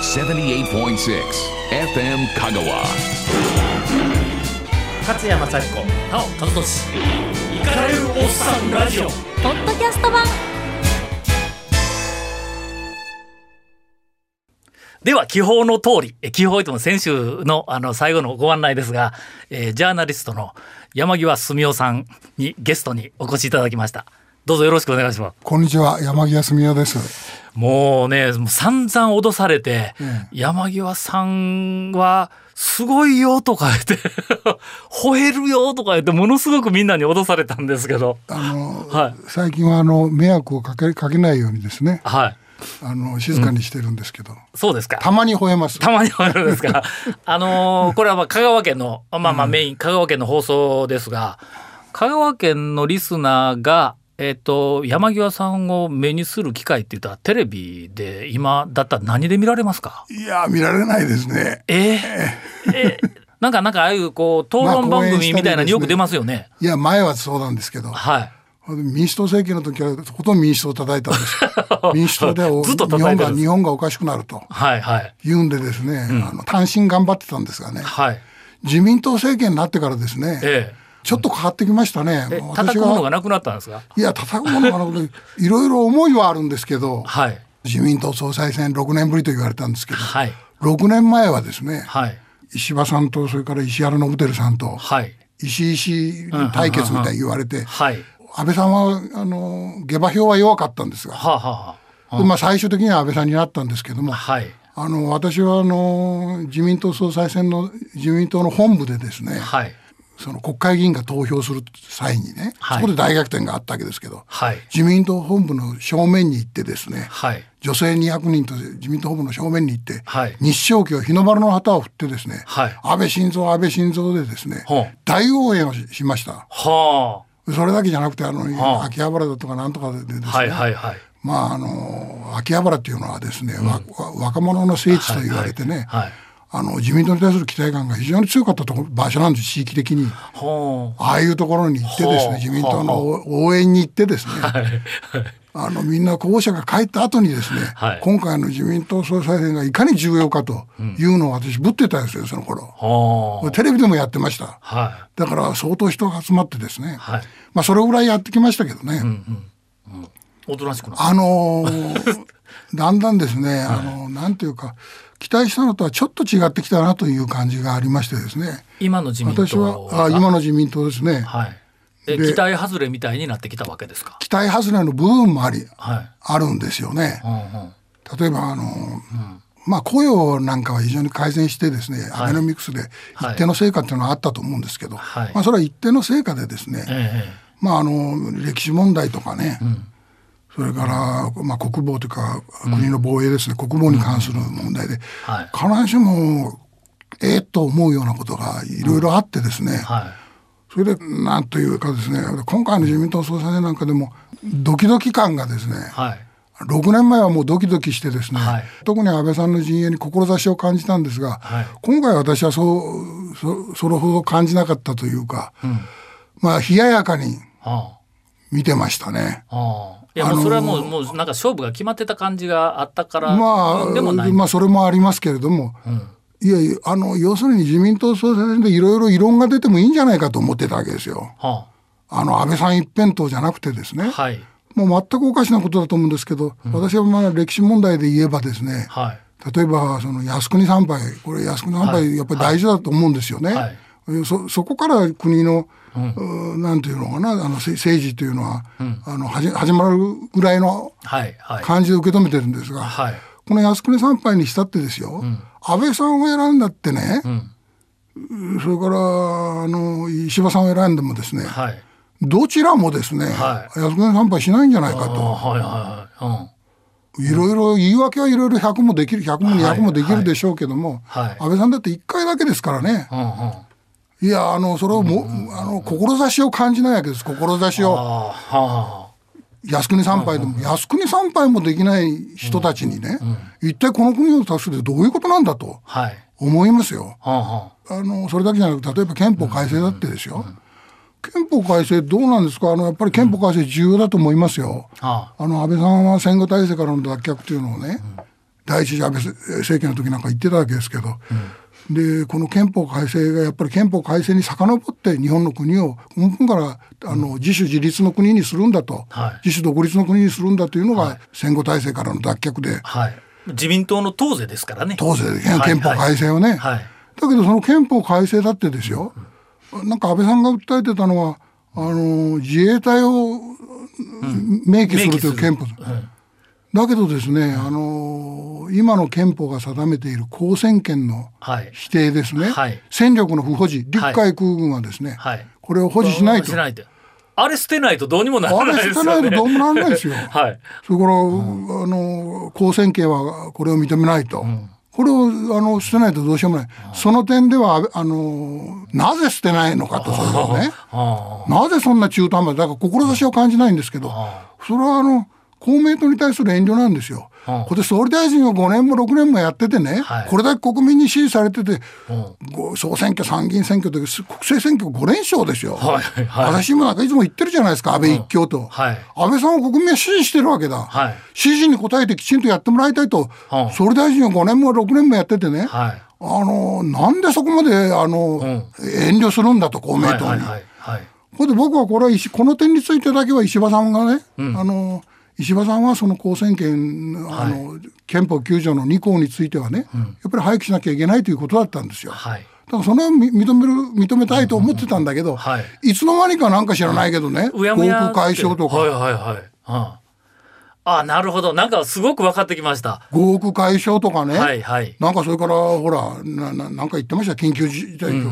78.6 FM Kagawa. 勝山幸子なお和俊イカれるおっさんラジオポッドキャスト版では気泡の通りえ気泡とも先週のあの最後のご案内ですが、えージャーナリストの山際澄夫さんにゲストにお越しいただきましたどうぞよろしくお願いしますこんにちは、山際澄夫です。もうねもう散々脅されて、山際さんはすごいよとか言って 吠えるよとか言ってものすごくみんなに脅されたんですけどあの、は最近はあの迷惑をかけかけないようにですねい。はいあの静かにしてるんですけど、そうですかたまに吠えます。たまにあるんです が、あのーこれはまあ香川県の、まあまあメイン、香川県の放送ですが、香川県のリスナーが、えっ、と、山際さんを目にする機会って言ったら、テレビで今だったら何で見られますかいや見られないですね。えー、えーなんか、なんかああいうこう、討論番組みたいなのによく出ますよね。いや前はそうなんですけど、はい。民主党政権の時はとことん民主党を叩いたん ですよ。民主党ではおずっ日と叩いてる本が日本がおかしくなるとはい、はい。言うんでですね、あの単身頑張ってたんですがね、はい。自民党政権になってからですね、えちょっと変わってきましたね。ー、えもう叩私くものはがなくなったんですかいや叩くものがなくていろいろ思いはあるんです けど。はい。自民党総裁選6年ぶりと言われたんですけど、はい。 6年前はですね、はい。石破さんとそれから石原伸晃さんとはい。石井氏対決みたいに言われて、はい。安倍さんはあの下馬評は弱かったんですが、はあ、はあはでまあ最終的には安倍さんになったんですけども、あ、はい。あの私はあの自民党総裁選の自民党の本部でですね、はい。その国会議員が投票する際にね、はいそこで大逆転があったわけですけど、はい。自民党本部の正面に行ってですね、はい。女性200人と自民党本部の正面に行って、はい日照旗を日の丸の旗を振ってですね、はい安倍晋三安倍晋三でですね、ほう大応援をししましたはそれだけじゃなくてあの、はあ秋葉原だとかなんとかでですね、あ。はいはいはい。まああの秋葉原っていうのはですね、わわ若者の聖地と言われてね、はいはい。あの自民党に対する期待感が非常に強かったとこ場所なんです地域的に。ほああいうところに行ってですほうね、自民党の応援に行ってですね、う。はい。あのみんな候補者が帰った後にですね、はい今回の自民党総裁選がいかに重要かというのを私ぶってたんですよその頃、ほう。テレビでもやってましたはだから相当人が集まってですね、い。はい。まあそれぐらいやってきましたけどね、おとなしくなる。あの ーだんだんですね、あのーなんていうか期待したのとはちょっと違ってきたなという感じがありましてですね今の自民党私はあ今の自民党ですね、はい。え、で期待外れみたいになってきたわけですか。期待外れの部分もありはい。あるんですよね、うんうん。例えばあの、まあ雇用なんかは非常に改善してですね、いアベノミクスではい一定の成果っていうのはあったと思うんですけど、はいまあそれは一定の成果でですね、えまああの歴史問題とかね、それからまあ国防というか国の防衛ですね、国防に関する問題で、はい必ずしもええと思うようなことがいろいろあってですね、え。はそれでなんというかですね今回の自民党総裁選なんかでもドキドキ感がですね、い。はい。 6年前はもうドキドキしてですね、はい特に安倍さんの陣営に志を感じたんですが、はい今回私はそうそそれほど感じなかったというか、まあ冷ややかには見てましたね。あ。はあ。いや、もうそれはもう、もうなんか勝負が決まってた感じがあったから。まあ、でもない。まあそれもありますけれども、いやいやあの要するに自民党総裁選でいろいろ異論が出てもいいんじゃないかと思ってたわけですよ。はあの安倍さん一辺倒じゃなくてですね、あ。はい。もう全くおかしなことだと思うんですけど、私はまあ歴史問題で言えばですね、はい。例えばその靖国参拝これ靖国参はい拝やっぱり大事だと思うんですよね。はいそそこから国の、うーなんていうのかなあのせ政治というのは、あのはじ始まるぐらいのはい。はい。感じで受け止めてるんですが、はい。この靖国参拝にしたってですよ、安倍さんを選んだってね、それからあの石破さんを選んでもですね、はい。どちらもですね、はい靖国参拝しないんじゃないかあと。はいはいはい。うん。いろいろ言い訳はいろいろ100もできる100もはい200もできるでしょうけども、はいはい安倍さんだって1回だけですからねうんうん。いやあのそれをも、あの志を感じないわけです志あをあ、は靖国参拝でも、靖国参拝もできない人たちにね、一体この国を達するってどういうことなんだとあ。はい。思いますよ。はあはあのそれだけじゃなく例えば憲法改正だってですよ、憲法改正どうなんですかあのやっぱり憲法改正重要だと思いますよ。あ。はあの安倍さんは戦後体制からの脱却というのをね、第一次安倍政権の時なんか言ってたわけですけど、でこの憲法改正がやっぱり憲法改正に遡って日本の国を根本からあの自主自立の国にするんだと、はい自主独立の国にするんだというのが戦後体制からの脱却ではい、自民党の党勢ですからね。当然はい憲法改正をね、はいだけどその憲法改正だってですよ、なんか安倍さんが訴えてたのはあの自衛隊を明記するという憲法、だけどですね、あの今の憲法が定めている公選権のはい否定ですね、はい戦力の不保持陸海空軍はですね、はいこれを保持しないと。とあれ捨てないとどうにもならあないでれす捨よね。てないとどうもなんないです よ。はいそれから、あの公選権はこれを認めないと、これをあの捨てないとどうしようもない、その点では安倍あのなぜ捨てないのかとそういうのねあなぜそんな中途半端だから志を感じないんですけどそれはあの公明党に対する遠慮なんですよ。うんこれで総理大臣を5年も6年もやっててね、はいこれだけ国民に支持されてて、うんご総選挙参議院選挙で国政選挙5連勝ですよ。はいはい私もなんかいつも言ってるじゃないですか安倍一強と、はい安倍さんを国民は支持してるわけだ、はい支持に応えてきちんとやってもらいたいと、うん総理大臣を5年も6年もやっててね、はいあのなんでそこまであの、遠慮するんだと公明はい党に。はいはいはいこれで僕はこれは石この点についてだけは石破さんがね、あの石破さんはその公選権あの、憲法9条の2項についてはね、やっぱり廃棄しなきゃいけないということだったんですよ。はいだからその辺み認める認めたいと思ってたんだけど、、はいつの間にかなんか知らないけどね、うや航むや空解消とはいか、はいはい。うんああなるほどなんかすごく分かってきました。合区解消とかね、はいはいなんかそれからほらなななんか言ってました緊急事態と、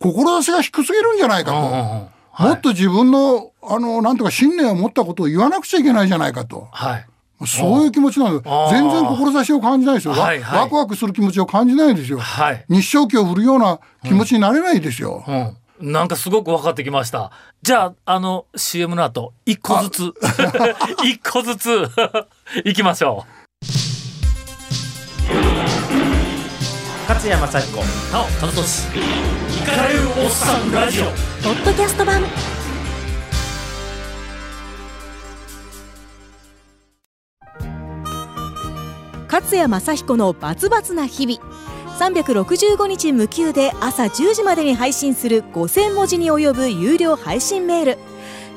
志が低すぎるんじゃないかと、うんうんうんもっと自分のあのなんとか信念を持ったことを言わなくちゃいけないじゃないかと。はいそういう気持ちなんですあー全然志を感じないですよ、わはいはいワクワクする気持ちを感じないですよ、はい。日照旗を振るような気持ちになれないですよ、うん。なんかすごく分かってきました。じゃあ、あの、CM の後、一個ずつ、 一個ずつ、 行きましょ勝山幸子う。なお、たのとし、イカれるおっさんラジオ。ポッドキャスト版勝谷正彦のバツバツな日々365日無休で朝10時までに配信する5000文字に及ぶ有料配信メール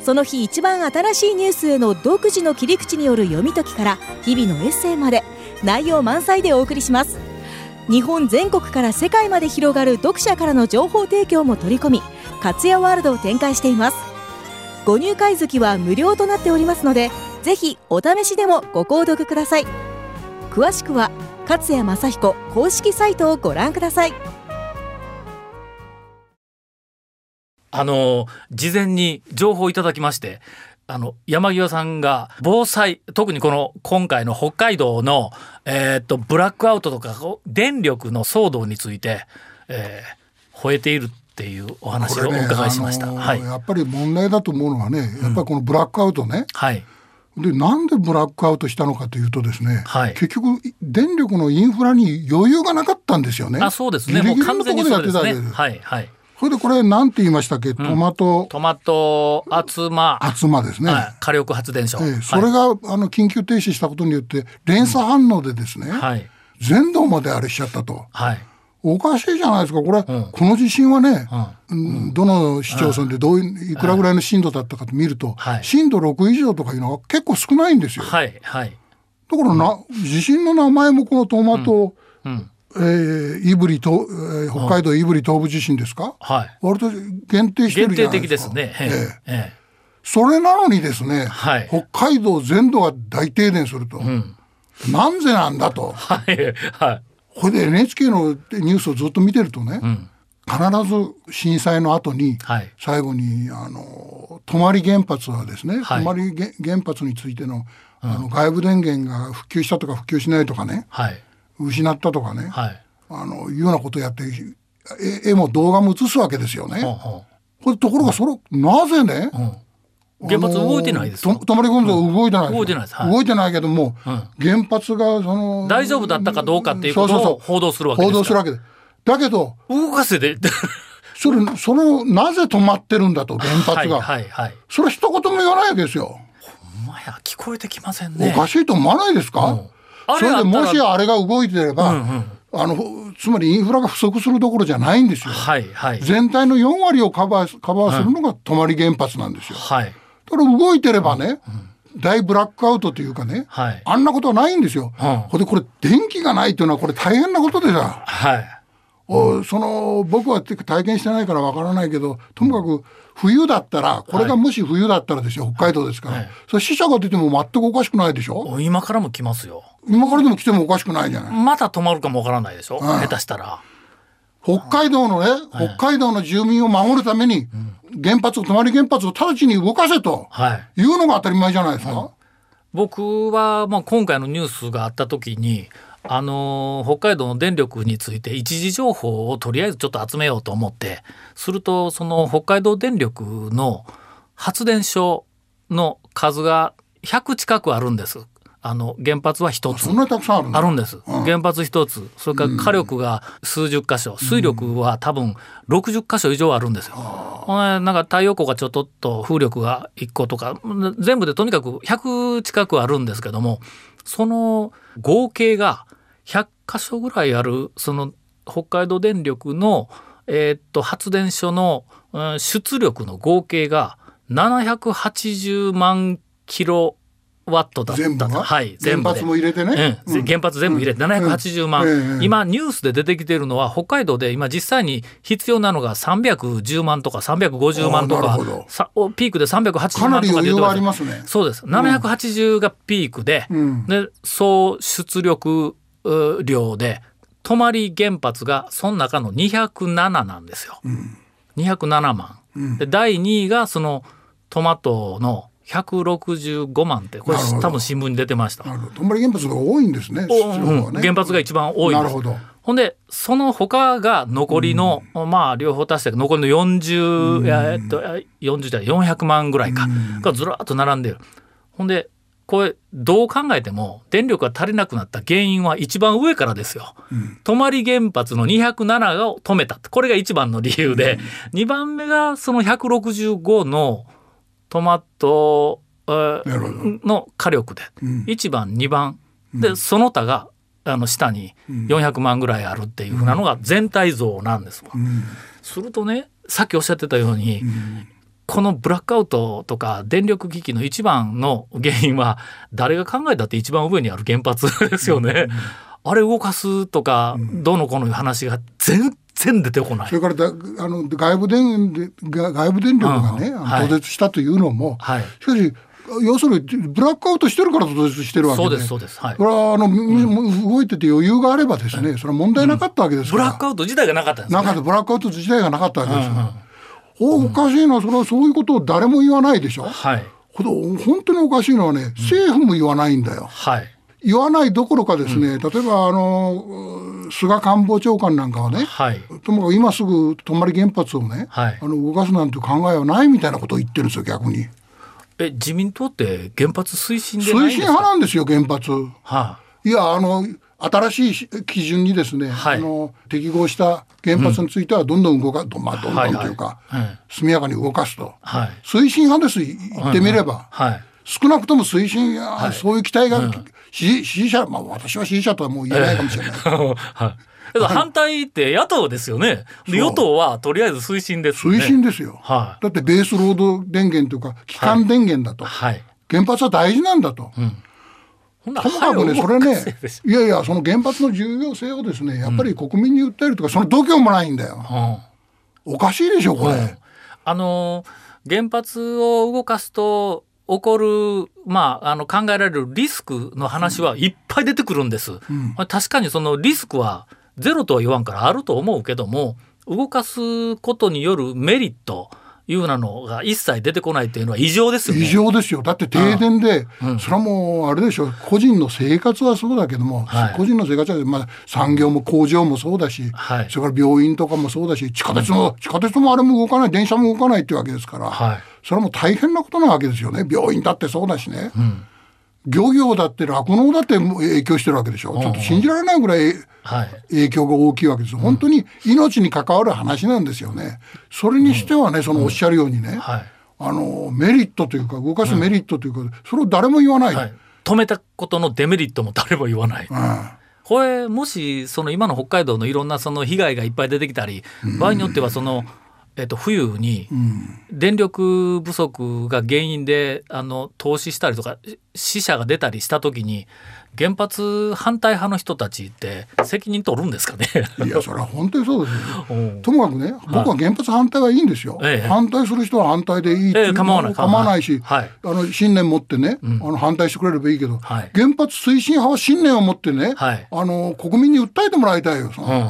その日一番新しいニュースへの独自の切り口による読み解きから日々のエッセイまで内容満載でお送りします日本全国から世界まで広がる読者からの情報提供も取り込み活屋ワールドを展開していますご入会月は無料となっておりますのでぜひお試しでもご購読ください詳しくは勝谷正彦公式サイトをご覧くださいあの、事前に情報をいただきまして、あの、山際さんが防災、特にこの今回の北海道の、えーっと、ブラックアウトとか、こう電力の騒動について、えー吠えているっていうお話こをれおね伺いしました。あのーはい。やっぱり問題だと思うのはね、やっぱりこのブラックアウトね。はい。で、なんでブラックアウトしたのかというとですね、はい結局、電力のインフラに余裕がなかったんですよね。あ、そうですね。ギもリギうリ完のと全こにろでやそっうてですたわけねです。。はい、はい。それでこれ、なんて言いましたっけ、トマトトマト、厚ま、厚まですね。はい、火力発電所。ええそれが、あの緊急停止したことによって連鎖反応でですね、はい。全土まであれしちゃったとはい。おかしいじゃないですかこれ、んこの地震はね、うんどの市町村でどういういくらぐらいの震度だったかと見ると、はい震度6以上とかいうのは結構少ないんですよ。はい。はい。だからな、地震の名前もこのトマト、うん。えー、胆振と、えー北海道胆振東部地震ですか、はい。割と限定して限るじゃ定な的いでですすか。ね。えええええそれなのにですね、はい北海道全土が大停電すると、なんでなんだと、えはい。はい。これで NHK のニュースをずっと見てるとね、必ず震災の後に、はい最後にあの泊原発はですね、はい泊原原発についての,、あの外部電源が復旧したとか復旧しないとかねはい。失ったとかね、はい。あのいうようなことをやって絵絵も動画も映すわけですよね。ほうほこれところがそれ、なぜね、う原発動いてないですよあのーと泊まり込んで動いてないよ、動いてないですはい動いてないけども、原発がその大丈夫だったかどうかっていうことをそそそ報道するわけですから報道するわけでだけど動か せで。それそれをなぜ止まってるんだと原は発い。が、はい。はい。それ一言も言わないわけですよ、ほんまや、聞こえてきませんね。おかしいと思わないですか、あそれれあでったらもしあれが動いてれば、あのつまりインフラが不足するどころじゃないんですよ。はいはい全体の4割をカバーすカバーするのが泊まり原発なんですよ。はいだから動いてればね、大ブラックアウトというかね、はいあんなことはないんですよ。うんほんでこれ電気がないというのはこれ大変なことでさ、はいおその僕はて体験してないからわからないけどともかく冬だったらこれがもし冬だったらですよ、北海道ですから、はいそれ死者が出ても全くおかしくないでしょお今からも来ますよ今からでも来てもおかしくないじゃない。また止まるかもわからないでしょ下手したら北海道のね、北海道の住民を守るために、原発を、泊まり原発を直ちに動かせとはいいうのが当たり前じゃないですか。僕はまあ今回のニュースがあった時にあのー北海道の電力について一時情報をとりあえずちょっと集めようと思ってするとその北海道電力の発電所の数が100近くあるんです。あの原発は一つそんなにたくさんあるんだあるんです。原発一つ、それから火力が数十箇所、水力は多分60箇所以上あるんですよ。ほんでなんか太陽光がちょっとっと風力が1個とか、全部でとにかく100近くあるんですけども、その合計が100箇所ぐらいある、その北海道電力の、えーっと発電所の、うん出力の合計が780万キロワットだった全部が、はい、全部原で発も入れてね。うん、原発全部入れて780万、ええ今ニュースで出てきているのは北海道で今実際に必要なのが310万とか350万とあかあなるほどさおピークで380か万なりとか出余裕てはあまりすますね。そうです780がピークで,、うんで総出力う量で泊まり原発がその中の207なんですよ、207万、で第2位がそのトマトの165万ってこれなるほど多分新聞に出てましたなるほど。泊まり原発が多いんですね。出お力はうんね。原発が一番多いんでなるすほど。ほんでその他が残りの、まあ両方足して残りの40、いやえっとえ40じゃない400万ぐらいか、がずらっと並んでるほんでこれどう考えても電力が足りなくなった原因は一番上からですよ。泊まり原発の207を止めたこれが一番の理由で、二2番目がその165のトマトえーなるほどの火力で、ん1番2番で、その他があの下に400万ぐらいあるっていうふうなのが全体像なんですわ、するとねさっきおっしゃってたように、このブラックアウトとか電力危機の一番の原因は誰が考えたって一番上にある原発 ですよね。あれ動かすとか、どうのこうのいう話が全然出てこないそ。れからだあの外部電でが外部電力がね、うんあの途絶したというのも、はいしかし要するにブラックアウトしてるから途絶してるわけでそうですそうですはいこれはあの、み動いてて余裕があればですねそれは問題なかったわけですかブら、ラックアウト自体がなかったんですね中でブラックアウト自体がなかったわけですから、おおかしいのはそれはそういうことを誰も言わないでしょ、はいほど本当におかしいのはね政府も言わないんだよ、はい言わないどころかですね、例えばあのう菅官房長官なんかはね、はいともかく今すぐ泊まり原発をね、はいあの動かすなんて考えはないみたいなことを言ってるんですよ逆にえ自民党って原発推進でないん推です進か派なんですよ原発はいやあの新しいし基準にですね、はいあの適合した原発についてはどんどん動か、どんまあ、どんどんというか、はいはいうん速やかに動かすと、いはい推進派ですい言ってみれ ば、はい少なくとも推進、派そういう期待が、支支持者、まあ、私は支持者とはもう言えないかもしれない、はい。だから反対って野党ですよね。で与党はとりあえず推進です、ね。推進ですよ、はいだってベースロード電源というか基幹電源だと、はい。原発は大事なんだと、ほんなともかくね、早そ動れかねせでし、いやいや、その原発の重要性をですね、やっぱり国民に訴えるとか、その度胸もないんだよ。ょうんおかしいでしょ、こうんれ。あのー原発を動かすと起こる、まあ、あの考えられるリスクの話はいっぱい出てくるんです。まあ確かにそのリスクはゼロとは言わんからあると思うけども動かすことによるメリットいうようなのが一切出てこないっていうのは異常ですよね。異常ですよ。だって停電で、それはもうあれでしょ、個人の生活はそうだけども、はい個人の生活は、まあ、産業も工場もそうだし、はいそれから病院とかもそうだし、地下鉄も、地下鉄もあれも動かない、電車も動かないってわけですから、はいそれはもう大変なことなわけですよね。病院だってそうだしね。漁業だって酪農だってもう影響してるわけでしょ。ちょっと信じられないぐらいはい影響が大きいわけです。本当に命に関わる話なんですよね。それにしてはね、そのおっしゃるようにね、はいあのメリットというか動かすメリットというか、それを誰も言わない。はい、止めたことのデメリットも誰も言わない。これもしその今の北海道のいろんなその被害がいっぱい出てきたり、場合によってはその、えっと、冬に電力不足が原因であの投資したりとかし死者が出たりした時に原発反対派の人たちって責任取るんですかね。うん、いやそれは本当にそうですようんともかくね僕は原発反対はいいんですよ、ええ反対する人は反対でいいってええ構わない構わないし、はいあの信念持ってね、あの反対してくれればいいけど、はい原発推進派は信念を持ってね、はいあの国民に訴えてもらいたいよ、うんうんうん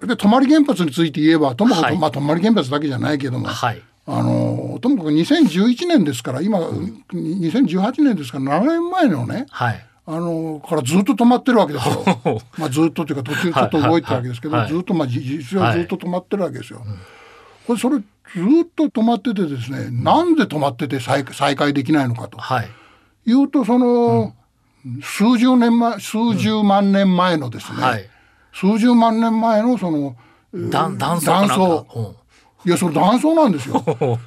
で泊まり原発について言えばともかく、はいまあ、泊まり原発だけじゃないけども、 はいあのともかく2011年ですから今、2018年ですから7年前のねはい。あのからずっと止まってるわけですよ まあずっとというか途中ちょっと動いてるわけですけど、はいはいはいずっとまあじ実質はずっと止まってるわけですよ。これそれずっと止まっててですね、なんで止まってて再再開できないのかとはいいうとその、数十年前数十万年前のですね、はい。数十万年前のそのだ断層かなんか。断層うんいやそれ断層な んですよ。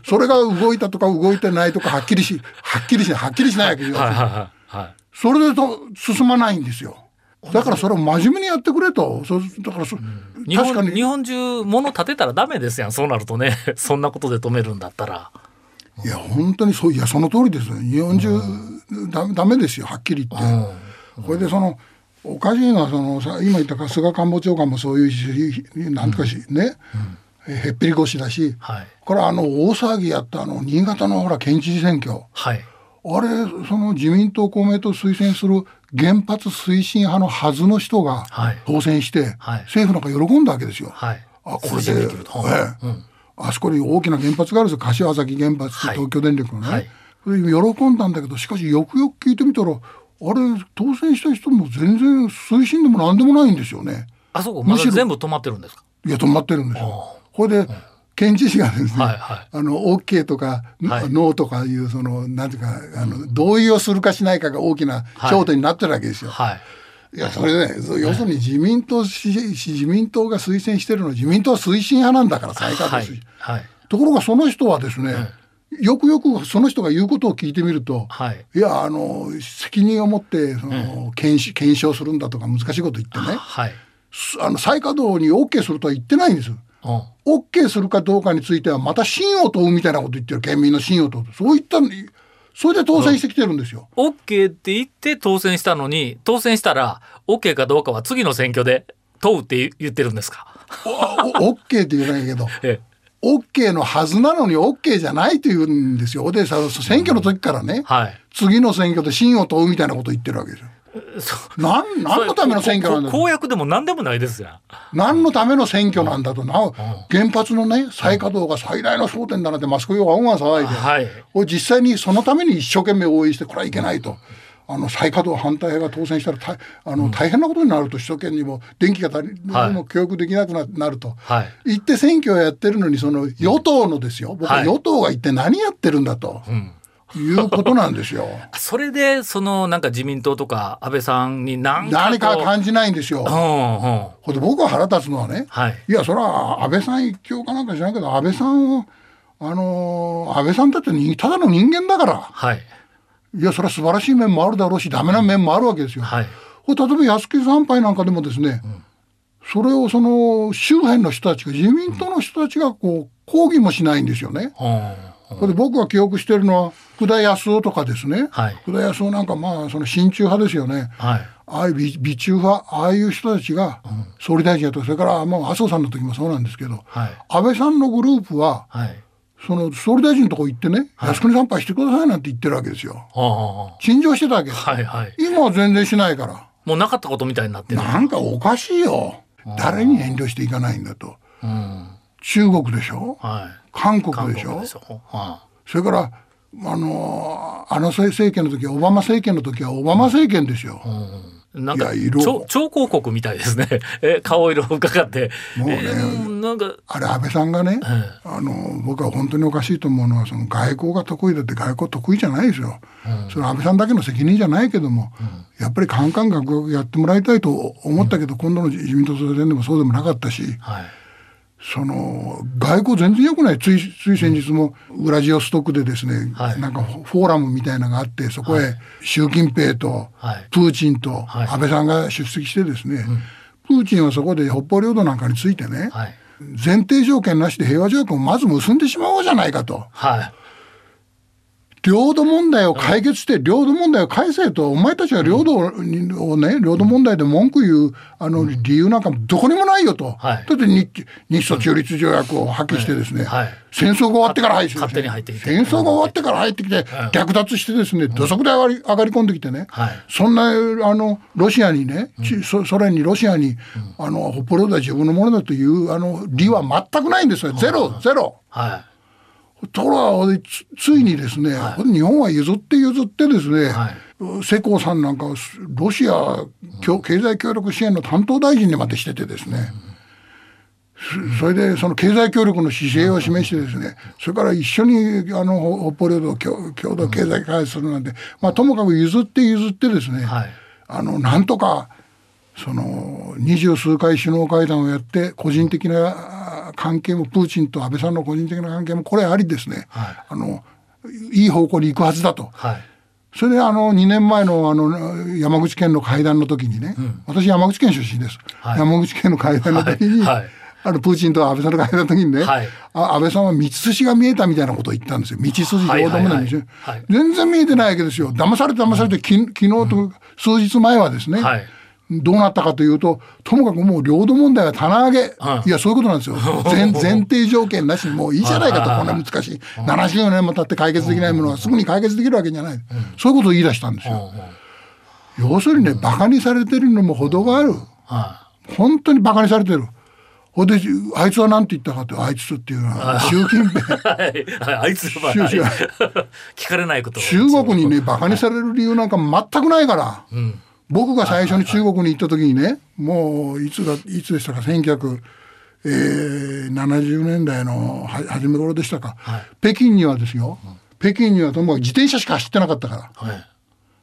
それが動いたとか動いてないとかはっきりしはっきりしないはっきりしないわけですよ。はいはいはいはい。それでと進まないんですよ。だからそれを真面目にやってくれと。そだからそ、日確か本に日。本中物立てたらダメですやんそうなると ねそんなことで止めるんだったらいや、本当にそう、いや、その通りです。日本中、だダメですよ、はっきり言って。これでその、おかしいのは、その、さ今言った菅官房長官もそういうし、なんとかし、ね、えへっぴり腰だし、はいこれあの、大騒ぎやったあの、新潟のほら、県知事選挙。はいあれ、その自民党、公明党推薦する原発推進派のはずの人がはい当選して、はい政府なんか喜んだわけですよ。はいあこれ推で進できるとうんええあそこに大きな原発があるんですよ柏崎原発はい東京電力のね、はいそれで喜んだんだけどしかしよくよく聞いてみたらあれ当選した人も全然推進でも何でもないんですよねあそこまむしだろ全部止まってるんですかいや止まってるんですよこれで県知事がですはね、いはいあの OK とか、はいノーとかいうそのなんていうかあの同意をするかしないかが大きな焦点になってるわけですよ、はいいや、それね、要するに自民党し、自民党が推薦してるのは自民党は推進派なんだから、最下部は推い進はいところがその人はですね、よくよくその人が言うことを聞いてみると、はいいや、あの、責任を持って、その、検視、検証するんだとか難しいこと言ってね、はいすあの、再稼働に OK するとは言ってないんですよ。うん OK するかどうかについては、また信を問うみたいなこと言ってる、県民の信を問う。そういったのに、それで当選してきてるんで すよ。 OK って言って当選したのに当選したら OK かどうかは次の選挙で問うって言ってるんですかおお OK って言えないけど。ええ OK のはずなのに OK じゃないというんですよ。で、さ選挙の時からね、はい次の選挙で信を問うみたいなこと言ってるわけですよ。そなん何のための選挙なんだ。ここと公約でも何でもないですやん何のための選挙なんだと。なお原発のね、再稼働が最大の焦点だなんてマスコミがワンワン騒いで、はいこれ実際にそのために一生懸命応援して、これはいけないと。あの再稼働反対派が当選したら大あの大変なことになると、首都圏にも電気が足り、はいもう供給できなくななると、はい言って選挙をやってるのにその与党のですよ、僕ははい与党が一体何やってるんだと、いうことなんで すよ。それでそのなんか自民党とか安倍さんに何か何かこう感じないんですよ。うんうんほんで僕が腹立つのはね、はいいやそれは安倍さん一強かなんか知らんけど安倍さんをあのー安倍さんだってにただの人間だからはいいやそれは素晴らしい面もあるだろうしダメな面もあるわけですよ。はいこれ例えば靖国参拝なんかでもですね、それをその周辺の人たちが自民党の人たちがこう抗議もしないんですよね。うんこれ僕が記憶してるのは福田康夫とかですね、はい福田康夫なんかまあその親中派ですよねはいああいう美美中派ああいう人たちが総理大臣やとそれからまあ麻生さんの時もそうなんですけど、はい安倍さんのグループははいその総理大臣のとこ行ってね、靖国参拝してくださいなんて言ってるわけですようんうんうん陳情してたわけです、はいはい今は全然しないからもうなかったことみたいになってるなんかおかしいよ誰に遠慮していかないんだとうん中国でしょはい韓国韓でし国ょでしょはそれから、あのーあの政政権の時はオバマ政権の時はオバマ政権ですよ。いなんかいや色超超広告みたいですね え顔色を伺ってもうねえーなんかあれ安倍さんがね、えあのー僕は本当におかしいと思うのはその外交が得意だって外交得意じゃないですよ。それは安倍さんだけの責任じゃないけども、やっぱりカンカンガクガクやってもらいたいと思ったけど、今度の自民党総裁選でもそうでもなかったし、はいその外交全然良くないついつい先日もウラジオストクでですね、はいなんかフォーラムみたいなのがあってそこへ習近平とはいプーチンとはい安倍さんが出席してですね、プーチンはそこで北方領土なんかについてね、はい前提条件なしで平和条約をまず結んでしまおうじゃないかとはい領土問題を解決して領土問題を返せとお前たちは領土にをね領土問題で文句言うあの理由なんかどこにもないよと、はいだって日日ソ中立条約を破棄してですね、はい戦争が終わってから入って勝手に入ってきて戦争が終わってから入ってきて略奪してですね土足で上がり上がり込んできてね、はいそんなあのロシアにね、ちソソ連にロシアに、あの北方領土は自分のものだというあの理は全くないんですよゼロゼロ。はところがつついにですね、日本は譲って譲ってですね、はい世耕さんなんかはロシア協経済協力支援の担当大臣にまでしててですね、そそれでその経済協力の姿勢を示してですね、それから一緒にあのほ北方領土を共共同経済開発するなんて、まあ、ともかく譲って譲ってですね、いはいあのなんとかその二十数回首脳会談をやって個人的なあ関係もプーチンと安倍さんの個人的な関係もこれありですね、はいあのいい方向に行くはずだと。はいそれであの2年前のあの山口県の会談の時にね、私山口県出身です、はい山口県の会談の時に、はいはいあのプーチンと安倍さんの会談の時にね、はいあ安倍さんは道筋が見えたみたいなことを言ったんですよ道筋はいどうでもはいはないい道筋はい全然見えてないわけですよ騙されて騙されて、き昨日と数日前はですね、はいどうなったかというとともかくもう領土問題は棚上げ、はいいやそういうことなんですよ 前前提条件なしにもういいじゃないかとこんな難しい70年も経って解決できないものはすぐに解決できるわけじゃない、そういうことを言い出したんですよ、要するにねバカにされてるのも程があるは本当にバカにされてるほんであいつは何て言ったかってあいつっていうのは習近 平いはいはいあいつは習はい 氏は聞かれないことを中国にねバカにされる理由なんか全くないから、僕が最初に中国に行った時にねもういつだいつでしたか1970年代のは初め頃でしたか、はい北京にはですよ、北京にはともかく自転車しか走ってなかったからはい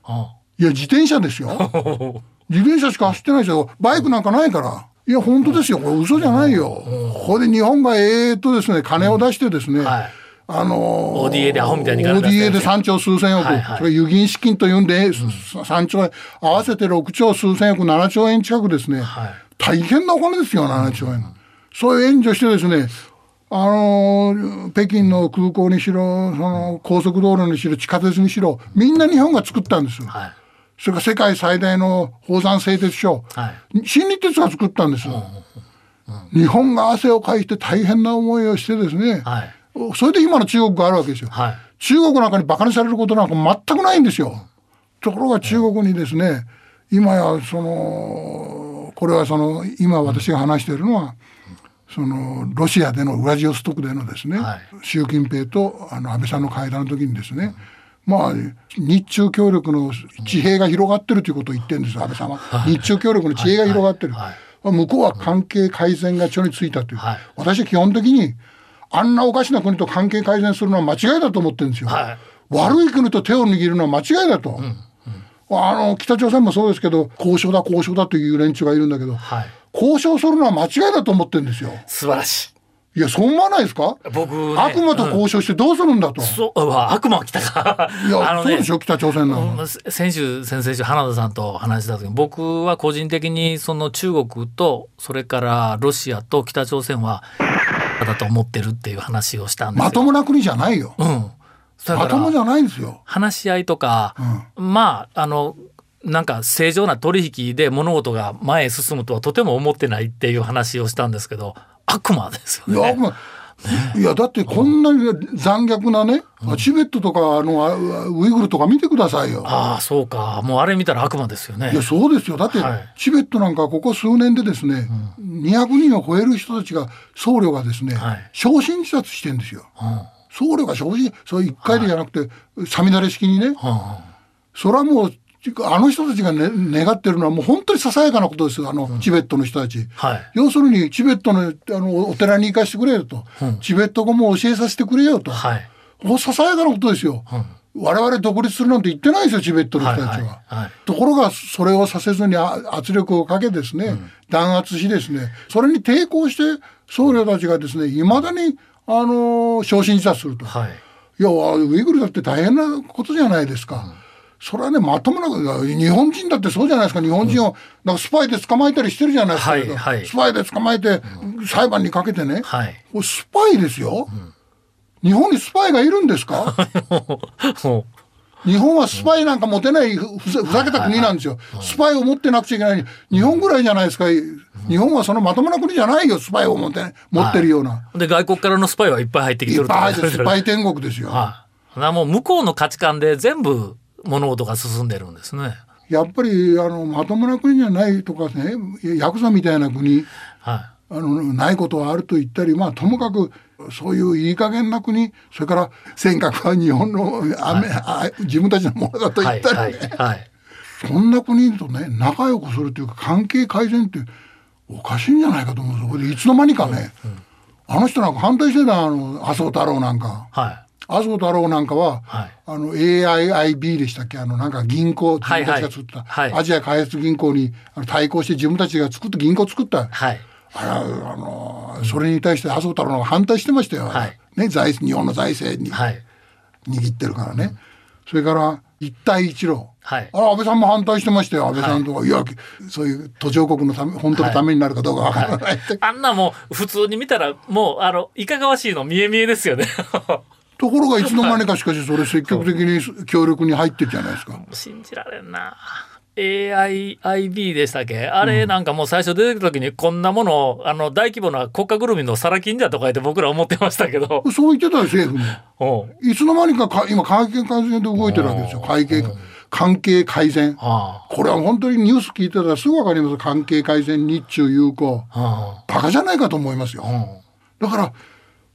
あいや自転車ですよ 自転車しか走ってないですよバイクなんかないから。いや本当ですよこれ嘘じゃないよ、ここで日本がえー、とですね金を出してですね、はいあのー ODA でアホみたいに金出して ODA で3兆数千億、はいはいそれ輸銀資金というんで、3兆円合わせて6兆数千億7兆円近くですね、はい大変なお金ですよ7兆円、そういう援助してですねあのー北京の空港にしろその高速道路にしろ地下鉄にしろみんな日本が作ったんですよ、はいそれから世界最大の宝山製鉄所、は新日鉄が作ったんですよ、日本が汗をかいて大変な思いをしてですね、はいそれで今の中国があるわけですよ、はい中国なんかに馬鹿にされることなんか全くないんですよ。ところが中国にですね、今やそのこれはその今私が話しているのは、そのロシアでのウラジオストクでのですね、はい習近平とあの安倍さんの会談の時にですね、まあ日中協力の地平が広がってるということを言ってるんですよ安倍さんは、日中協力の地平が広がってる、はいはい向こうは関係改善がちょについたという、はい私は基本的にあんなおかしな国と関係改善するのは間違いだと思ってるんですよ、はい悪い国と手を握るのは間違いだと、あの北朝鮮もそうですけど交渉だ交渉だという連中がいるんだけど、はい交渉するのは間違いだと思ってるんですよ素晴らしいいやそう思わないですか僕ね悪魔と交渉してどうするんだと、そううわ悪魔来たかいや、そうでしょ北朝鮮なの、うんせ先週先々週花田さんと話した時に僕は個人的にその中国とそれからロシアと北朝鮮はだと思ってるっていう話をしたんですよ。まともな国じゃないようん、それまかともじらゃないんですよ話し合いとか、まああのなんか正常な取引で物事が前へ進むとはとても思ってないっていう話をしたんですけど悪魔ですいよや、ね。まあいやだってこんなに残虐なね、チベットとかあのあウイグルとか見てくださいよ。ああそうかもうあれ見たら悪魔ですよねいや。そうですよだって、はいチベットなんかここ数年でですね、200人を超える人たちが僧侶がですね、はい焼身自殺してんですよ。うんうん僧侶が焼身それ1回でじゃなくて、さみだれ式にねうんそれはもうあの人たちが、ね、願ってるのはもう本当にささやかなことですよあの、チベットの人たち。はい要するにチベットのあのお寺に行かしてくれよと、チベット語も教えさせてくれよと、はいもうささやかなことですよ、我々独立するなんて言ってないですよチベットの人たちは。はいはいはいところがそれをさせずにあ圧力をかけですね、弾圧しですねそれに抵抗して僧侶たちがですねいまだにあの昇進自殺すると、はい いやウイグルだって大変なことじゃないですか、それはねまともな日本人だってそうじゃないですか日本人をなんかスパイで捕まえたりしてるじゃないですか、はいはいスパイで捕まえて裁判にかけてね、はいこれスパイですよ、日本にスパイがいるんですか も日本はスパイなんか持てないふふざふざけた国なんですよ、スパイを持ってなくちゃいけない日本ぐらいじゃないですか、日本はそのまともな国じゃないよスパイを持って持ってるような、うで外国からのスパイはいっぱい入ってきているっとぱい入って るスパイ天国ですよ、はい。なもう向こうの価値観で全部物事が進んでるんですね。やっぱりあのまともな国じゃないとかねヤクザみたいな国はあのないことはあると言ったり、まあ、ともかくそういういい加減な国それから尖閣は日本のあめあ自分たちのものだとい。は言っい。たりね、はい。はい。こんな国とね仲良くするというか関係改善っておかしいんじゃないかと思うんですよこれでいつの間にかね、あの人なんか反対してたあの麻生太郎なんかは麻生太郎なんかは、はいあの AIIB でしたっけあのなんか銀行自分たちが作った、はいはいアジア開発銀行にあの対抗して自分たちが作った銀行作った、い。はい。あらあのそれに対して麻生太郎の方が反対してましたよ、はいね、財日本の財政にはい。握ってるからね、それから一帯一路、はいあれ安倍さんも反対してましたよ安倍さんとか、い、やそういう途上国のため本当のためになるかどうかわからないって、あんなもう普通に見たらもうあのいかがわしいの見え見えですよね。 ところがいつの間にかしかしそれ積極的に協力に入ってるじゃないですか。信じられんな。AIIB でしたっけあれなんかもう最初出てきた時にこんなものをあの大規模な国家ぐるみのサラ金だとか言って僕ら思ってましたけどそう言ってたよ政府もおういつの間にかか今会計改善で動いてるわけですよ会計関係改善はこれは本当にニュース聞いてたらすぐわかります関係改善日中友好あはバカじゃないかと思いますよ、あうんだから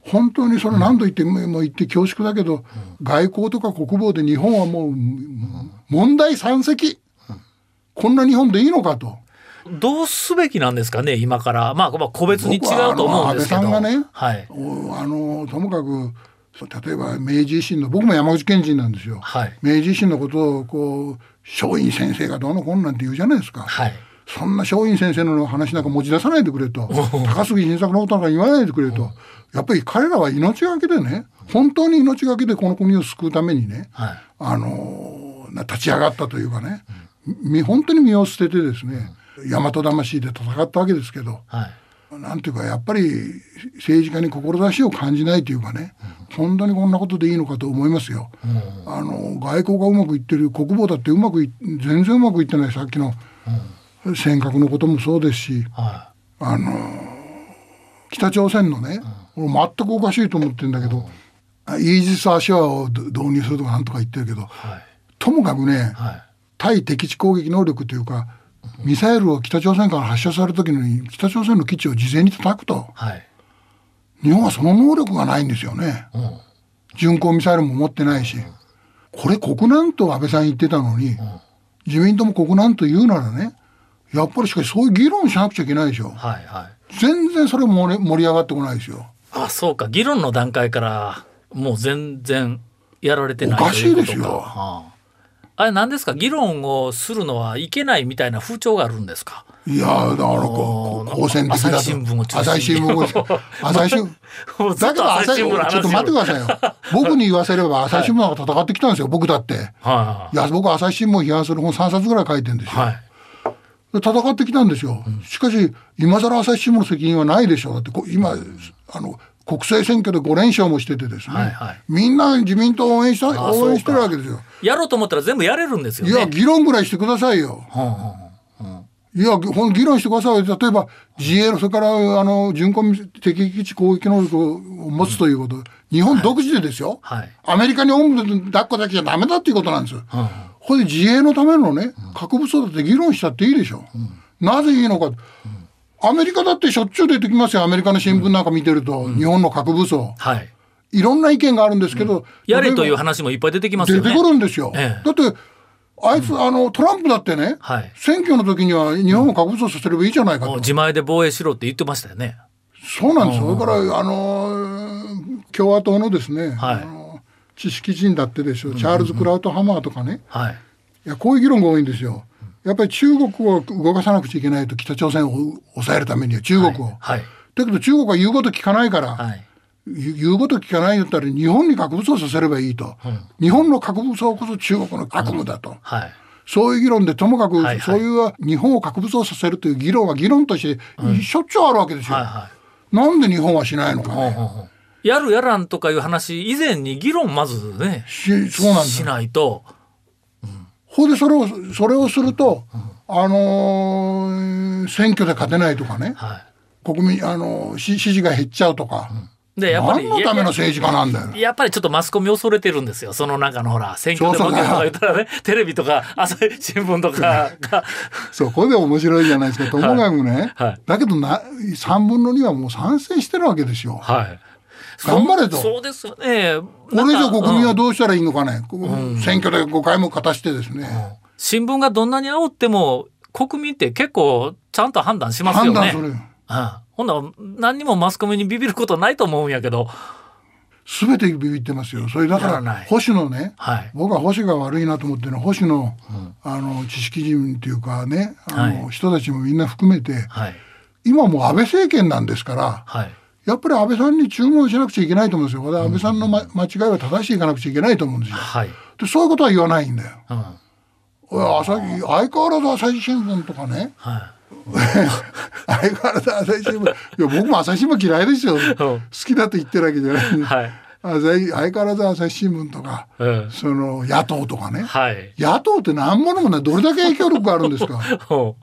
本当にそれ何度言ってももう言って恐縮だけど、外交とか国防で日本はもううん問題山積、こんな日本でいいのかとどうすべきなんですかね今から、まあ、まあ個別に違うと思うんですけど僕はあの安倍さんがねはいおあのともかくそう例えば明治維新の僕も山口県人なんですよ、はい明治維新のことをこう松陰先生がどうのこうのなんて言うじゃないですか、はいそんな松陰先生の話なんか持ち出さないでくれと高杉晋作のことなんか言わないでくれとやっぱり彼らは命がけでね本当に命がけでこの国を救うためにね、はいあのな立ち上がったというかね、み本当に身を捨ててですね大和魂で戦ったわけですけどはいなんていうかやっぱり政治家に志を感じないというかね本当にこんなことでいいのかと思いますよ。あの外交がうまくいってる国防だってうまくい全然うまくいってないさっきの尖閣のこともそうですしはあの北朝鮮のね、俺全くおかしいと思ってるんだけど、イージス・アショアを導入するとかなんとか言ってるけどいともかくね、はい対敵地攻撃能力というかミサイルを北朝鮮から発射された時に北朝鮮の基地を事前に叩くとはい日本はその能力がないんですよね、巡航ミサイルも持ってないしこれ国難と安倍さん言ってたのに、自民党も国難と言うならねやっぱりしかしそういう議論しなくちゃいけないでしょはいはい全然それ盛り盛り上がってこないですよあそうか議論の段階からもう全然やられてないおかしいとうことですよはああれ何ですか議論をするのはいけないみたいな風潮があるんですかいやーだからおこーう好戦的だと朝日新聞を中心に朝日新 聞を朝日新聞も うずっだけどと朝朝日新聞日新聞の話ちょっと待ってくださいよ。僕に言わせれば朝日新聞なんか戦ってきたんですよ、僕だって。はいいや、僕朝日新聞を批判する本3冊ぐらい書いてるんですよ。はいで戦ってきたんですよ。しかし、今更朝日新聞の責任はないでしょう。だってこ、今、あの、国政選挙で5連勝もしててですね。はいはいみんな自民党を応援した、あ応援してるそうわかけですよ。やろうと思ったら全部やれるんですよいや、ね議論ぐらいしてくださいよ。いや、ほん議論してくださいよ。例えば、自衛の、それから、あの、巡航敵基地攻撃能力を持つということ、日本独自でですよ。はいアメリカにおんぶ抱っこだけじゃダメだっていうことなんですよ。これで自衛のためのね、核武装だって議論したっていいでしょ。なぜいいのか。アメリカだってしょっちゅう出てきますよ。アメリカの新聞なんか見てると、日本の核武装。はいいろんな意見があるんですけど、やれとい例えうば話もいっぱい出てきます出よてねくるんですよ。えだってあいつ、あのトランプだってね、はい選挙の時には日本を核武装させればいいじゃないかと、もう自前で防衛しろって言ってましたよねそうなんですよ、それからあのー共和党のですね、はいあの知識人だってですよチャールズ・クラウトハマーとかね、はい。いやこういう議論が多いんですよ。やっぱり中国を動かさなくちゃいけないと北朝鮮を抑えるためには中国を。はい。だけど中国は言うこと聞かないから、はい。言う言うこと聞かないんだったら日本に核武装させればいいと、日本の核武装こそ中国の悪夢だと、はい。そういう議論でともかく、はいはいそういう日本を核武装させるという議論は議論としてしょっちゅうあるわけですよ。はい。はい。なんで日本はしないのかね。やるやらんとかいう話以前に議論まずねしそうなんだよしないとほいでそれをそれをすると、あのー選挙で勝てないとかね、は国民あのし支持が減っちゃうとか、いでやっぱり何のための政治家なんだよ。やっぱりちょっとマスコミ恐れてるんですよその中のほら選挙で負けるとか言ったらねテレビとか朝日新聞とかがそうこれで面白いじゃないですか。ともかくね、はいだけどな三分の二はもう賛成してるわけですよ。はい頑張れとそうそうですよねこれ以上国民なんかうはんどうしたらいいのかね。こう選挙で5回も勝たしてですね、新聞がどんなに煽っても国民って結構ちゃんと判断しますよね判断するよ。うん、ほんなら何にもマスコミにビビることないと思うんやけどすべてビビってますよ。それだやからないら保守のね、はい僕は保守が悪いなと思ってるのは保守の、あの知識人っていうかね、あの、はい人たちもみんな含めて、はい今もう安倍政権なんですから、はいやっぱり安倍さんに注文しなくちゃいけないと思うんですよ。これは安倍さんの、ま、間違いは正していかなくちゃいけないと思うんですよ。はい、でそういうことは言わないんだよ。うんはいおい朝日相変わらず朝日新聞とかね 相変わらず朝日新聞いや僕も朝日新聞嫌いですよ好きだと言ってるわけじゃない、はい朝日相変わらず朝日新聞とか、うんその野党とかね、はい。野党って何者もないどれだけ影響力があるんですかほ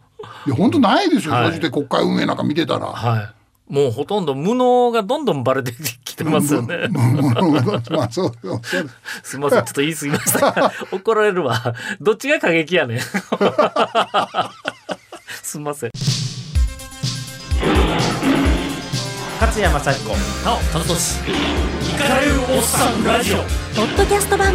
ういや本当ないですよ、はいそして国会運営なんか見てたら。はい。もうほとんど無能がどんどんバレてきてますよね。まあそうそうそうすみません、ちょっと言い過ぎま した。怒られるわ。どっちが過激 やねん。すみません。勝谷正彦なお、楽しい。イカれるおっさんラジオ。ポッドキャスト版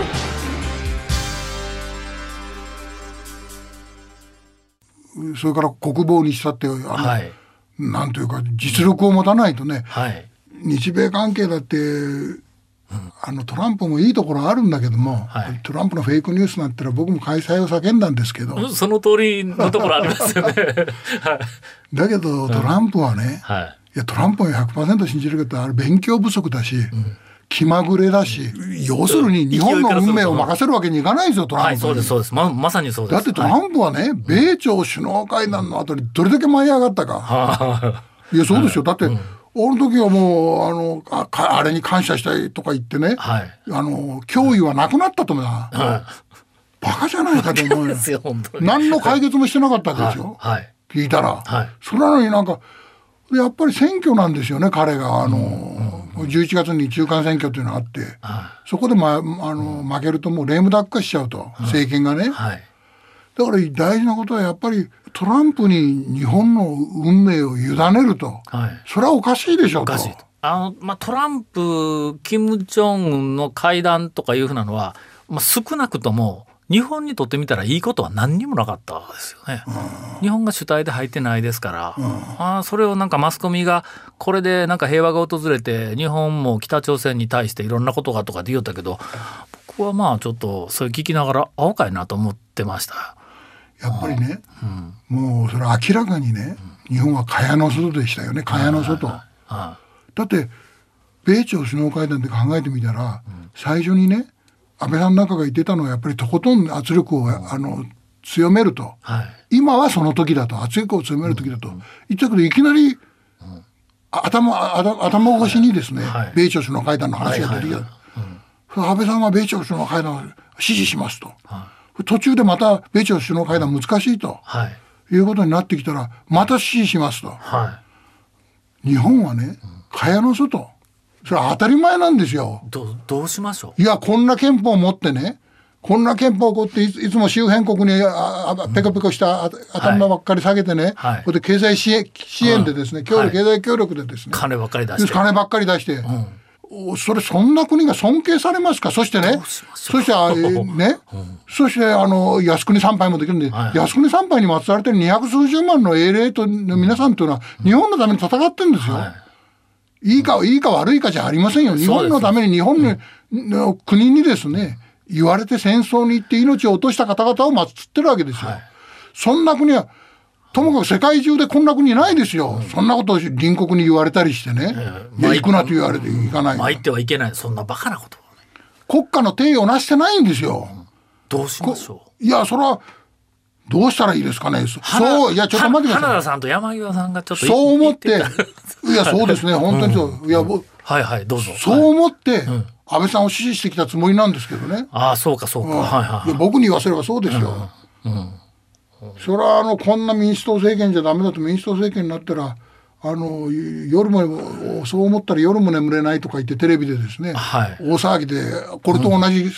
それから国防にしたってあの、はい。なんというか実力を持たないとねはい。日米関係だって、あのトランプもいいところあるんだけども、はいトランプのフェイクニュースなんてのは僕も開催を叫んだんですけど、うんその通りのところありますよね。 はい。だけどトランプはね、いはい。やトランプを100%信じるけどあれ勉強不足だし、気まぐれだし、要するに日本の運命を任せるわけにいかないですよトラはンい、プそに、うです、そうです。ま、まさにそうです。だってトランプはね、米朝首脳会談の後にどれだけ舞い上がったか。はい やそうですよ、だって、俺の時はもうあのあかあれに感謝したいとか言ってね、い。はい。あの脅威はなくなったと思うな、はバカじゃないかと思うい。でよすよ、本当に。何の解決もしてなかったわけですよ、はい。聞いたら、はいそれなのになんかでやっぱり選挙なんですよね彼があの、11月に中間選挙というのがあって、はそこで、ま、あの負けるともうレームダック化しちゃうと、政権がね、はい。だから大事なことはやっぱりトランプに日本の運命を委ねると、はい。それはおかしいでしょうおとかしいとあの、まあ、トランプ、キム・ジョンウンの会談とかいうふうなのは、まあ、少なくとも日本にとってみたらいいことは何にもなかったですよね。日本が主体で入ってないですから、あーそれをなんかマスコミがこれでなんか平和が訪れて日本も北朝鮮に対していろんなことがとかって言おったけど僕はまあちょっとそれ聞きながら青かいなと思ってました。やっぱりね、もうそれ明らかにね、日本は蚊帳の外でしたよね蚊帳の外、はだって米朝首脳会談で考えてみたら、最初にね安倍さんなんかが言ってたのはやっぱりとことん圧力を、あの強めるとい、はい今はその時だと圧力を強める時だと言ったけどいきなり、あ頭あ頭頭越しにですね、はい米朝首脳会談の話が出てきた、はいはそれ安倍さんは米朝首脳会談を支持しますと、途中でまた米朝首脳会談難しいとはいいうことになってきたらまた支持しますとは日本はね蚊帳の外それは当たり前なんですよい、どうどうしましょういやこんな憲法を持ってねこんな憲法を持っていついつも周辺国にああペコペコしたあ頭ばっかり下げてね、はいこれで経済支援支援でですね、協はい力経済協力でですね、金ばっかり出して。金ばっかり出して、おそれそんな国が尊敬されますかそしてねしましょそしてあえー ね、そしてあの靖国参拝もできるんで、はい靖国参拝に祀られてる200数十万の英霊との皆さんというのは日本のために戦ってるんですよ。はいい、いいか、いいか悪いかじゃありませんよ。日本のために日本の,、の国にですね、言われて戦争に行って命を落とした方々を祀ってるわけですよ。そんな国は、ともかく世界中でこんな国ないですよ。そんなことを隣国に言われたりしてね。いや行くなと言われて行かない。参ってはいけないそんなバカなことはね国家の定義をなしてないんですよ。どうしましょういや、それは、どうしたらいいですかね。そ花そう、いや、ちょっと待ってくだ花さ田さんと山際さんがちょっとい。そう思って、い言や、そうですね、本当にそう。いや、僕はいはいどうぞそはうい思って、安倍さんを支持してきたつもりなんですけどね。ああそうかそうか、うんはいはいいや僕に言わせればそうですよ。それはあのこんな民主党政権じゃダメだと民主党政権になったらあのい夜もそう思ったら夜も眠れないとか言ってテレビでですね、はい大騒ぎでこれと同じ、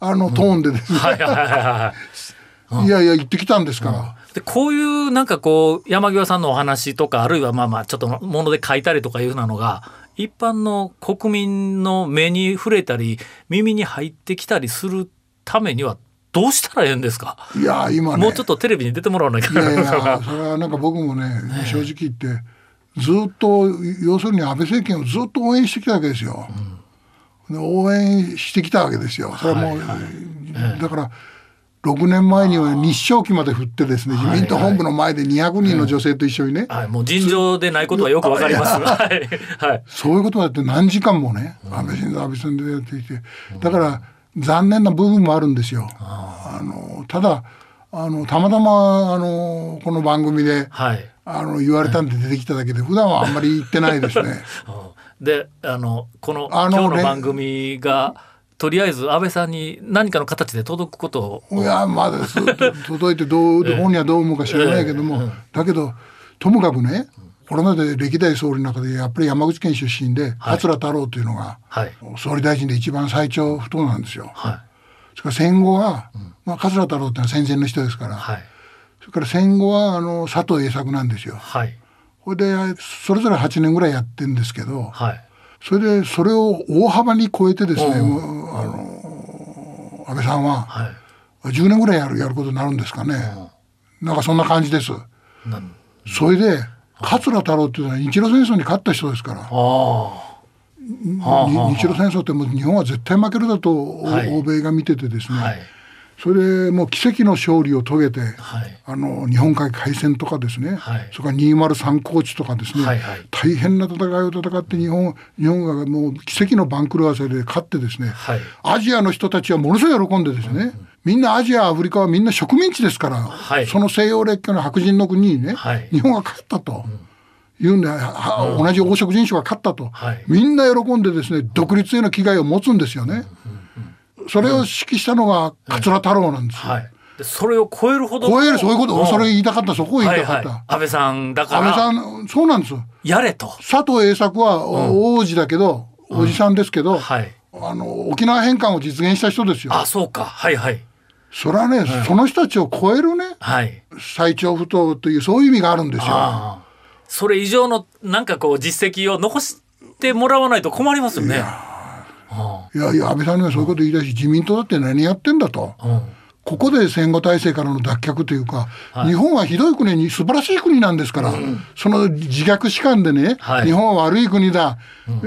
あのトーンでですね、はいはいはいはいはいいやいや言ってきたんですから、でこういうなんかこう山際さんのお話とかあるいはまあまあちょっと物で書いたりとかいうようなのが一般の国民の目に触れたり耳に入ってきたりするためにはどうしたらええんですか、いや今ねもうちょっとテレビに出てもらわないかいやいなや、 それはなんか僕もね、正直言って、ずっと、要するに安倍政権をずっと応援してきたわけですよ。で応援してきたわけですよ。それはもう、だから、6年前には日照旗まで振ってですね、自民党本部の前で200人の女性と一緒にね、はい、もう尋常でないことはよくわかります。はい、はい、そういうことだって何時間もね、安倍晋三、安倍晋三でやってきて、だから残念な部分もあるんですよ。あのただあのたまたまあのこの番組で、はい。あの言われたんで出てきただけで普段はあんまり言ってないで すね。うんで、あの、このあの今日のね番組が。とりあえず安倍さんに何かの形で届くことを。いやまだそう届いてどう本人はどう思うか知らないけども、だけどともかくねこれまで歴代総理の中でやっぱり山口県出身で桂太郎というのがはい。総理大臣で一番最長不当なんですよ。はそれから戦後は、まあ、桂太郎ってのは戦前の人ですから、い。はい。それから戦後はあの佐藤栄作なんですよ。はい。これでそれぞれ8年ぐらいやってんですけど、はい。それでそれを大幅に超えてですね、もうあの安倍さんはは10年ぐらいやるやることになるんですかね、なんかそんな感じです。い。なんそれで桂太郎っていうのは日露戦争に勝った人ですから、ああ。に日露戦争ってもう日本は絶対負けるだと、おはい欧米が見ててですね、はい。それでもう奇跡の勝利を遂げて、はい。あの日本海海戦とかですね、はいそれから203高地とかですね、はいはい大変な戦いを戦って日本日本がもう奇跡の番狂わせで勝ってですね、はいアジアの人たちはものすごい喜んでですね、みんなアジアアフリカはみんな植民地ですから、はいその西洋列強の白人の国にね、はい日本が勝ったと。いうんで、は同じ黄色人種が勝ったと、はいみんな喜んでですね独立への危害を持つんですよね、それを指揮したのが桂太郎なんですよ、はい。で、それを超えるほどの。超えるそういうこと、んそれ言いたかったそこを言いはいたかはっいた、。安倍さんだか安倍さら。んそうなんですよやれと。佐藤栄作はお王子だけど、おじさんですけど、はい。あの沖縄返還を実現した人ですよあ、そうか。はいはい。それはね、その人たちを超えるねはい。最長不倒というそういう意味があるんですよ。ああそれ以上のなんかこう実績を残してもらわないと困りますよね。いやいや安倍さんにはそういうこと言い出し自民党だって何やってんだと。うんここで戦後体制からの脱却というか、日本はひどい国に素晴らしい国なんですから、その自虐士官でね、はい日本は悪い国だ、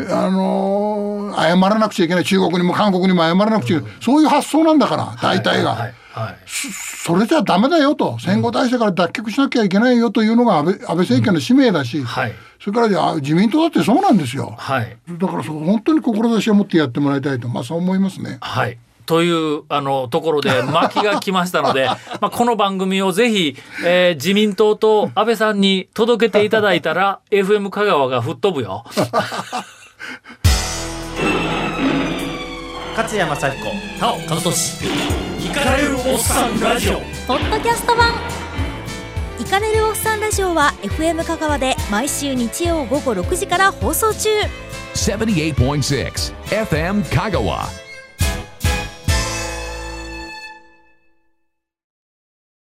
あのー謝らなくちゃいけない中国にも韓国にも謝らなくちゃいけない、そういう発想なんだから大体が、はいはいそれじゃダメだよと戦後体制から脱却しなきゃいけないよというのが安倍安倍政権の使命だし、はいそれからあ自民党だってそうなんですよ。はいだからそう本当に志を持ってやってもらいたいと、まあ、そう思いますね。はいというあのところで巻きが来ましたのでまあこの番組をぜひ、えー自民党と安倍さんに届けていただいたら FM 香川が吹っ飛ぶよ。勝山幸子 なお和俊聞かれるおっさんラジオポッドキャスト版イカれるおっさんラジオは FM 香川で毎週日曜午後6時から放送中78.6 FM Kagawa.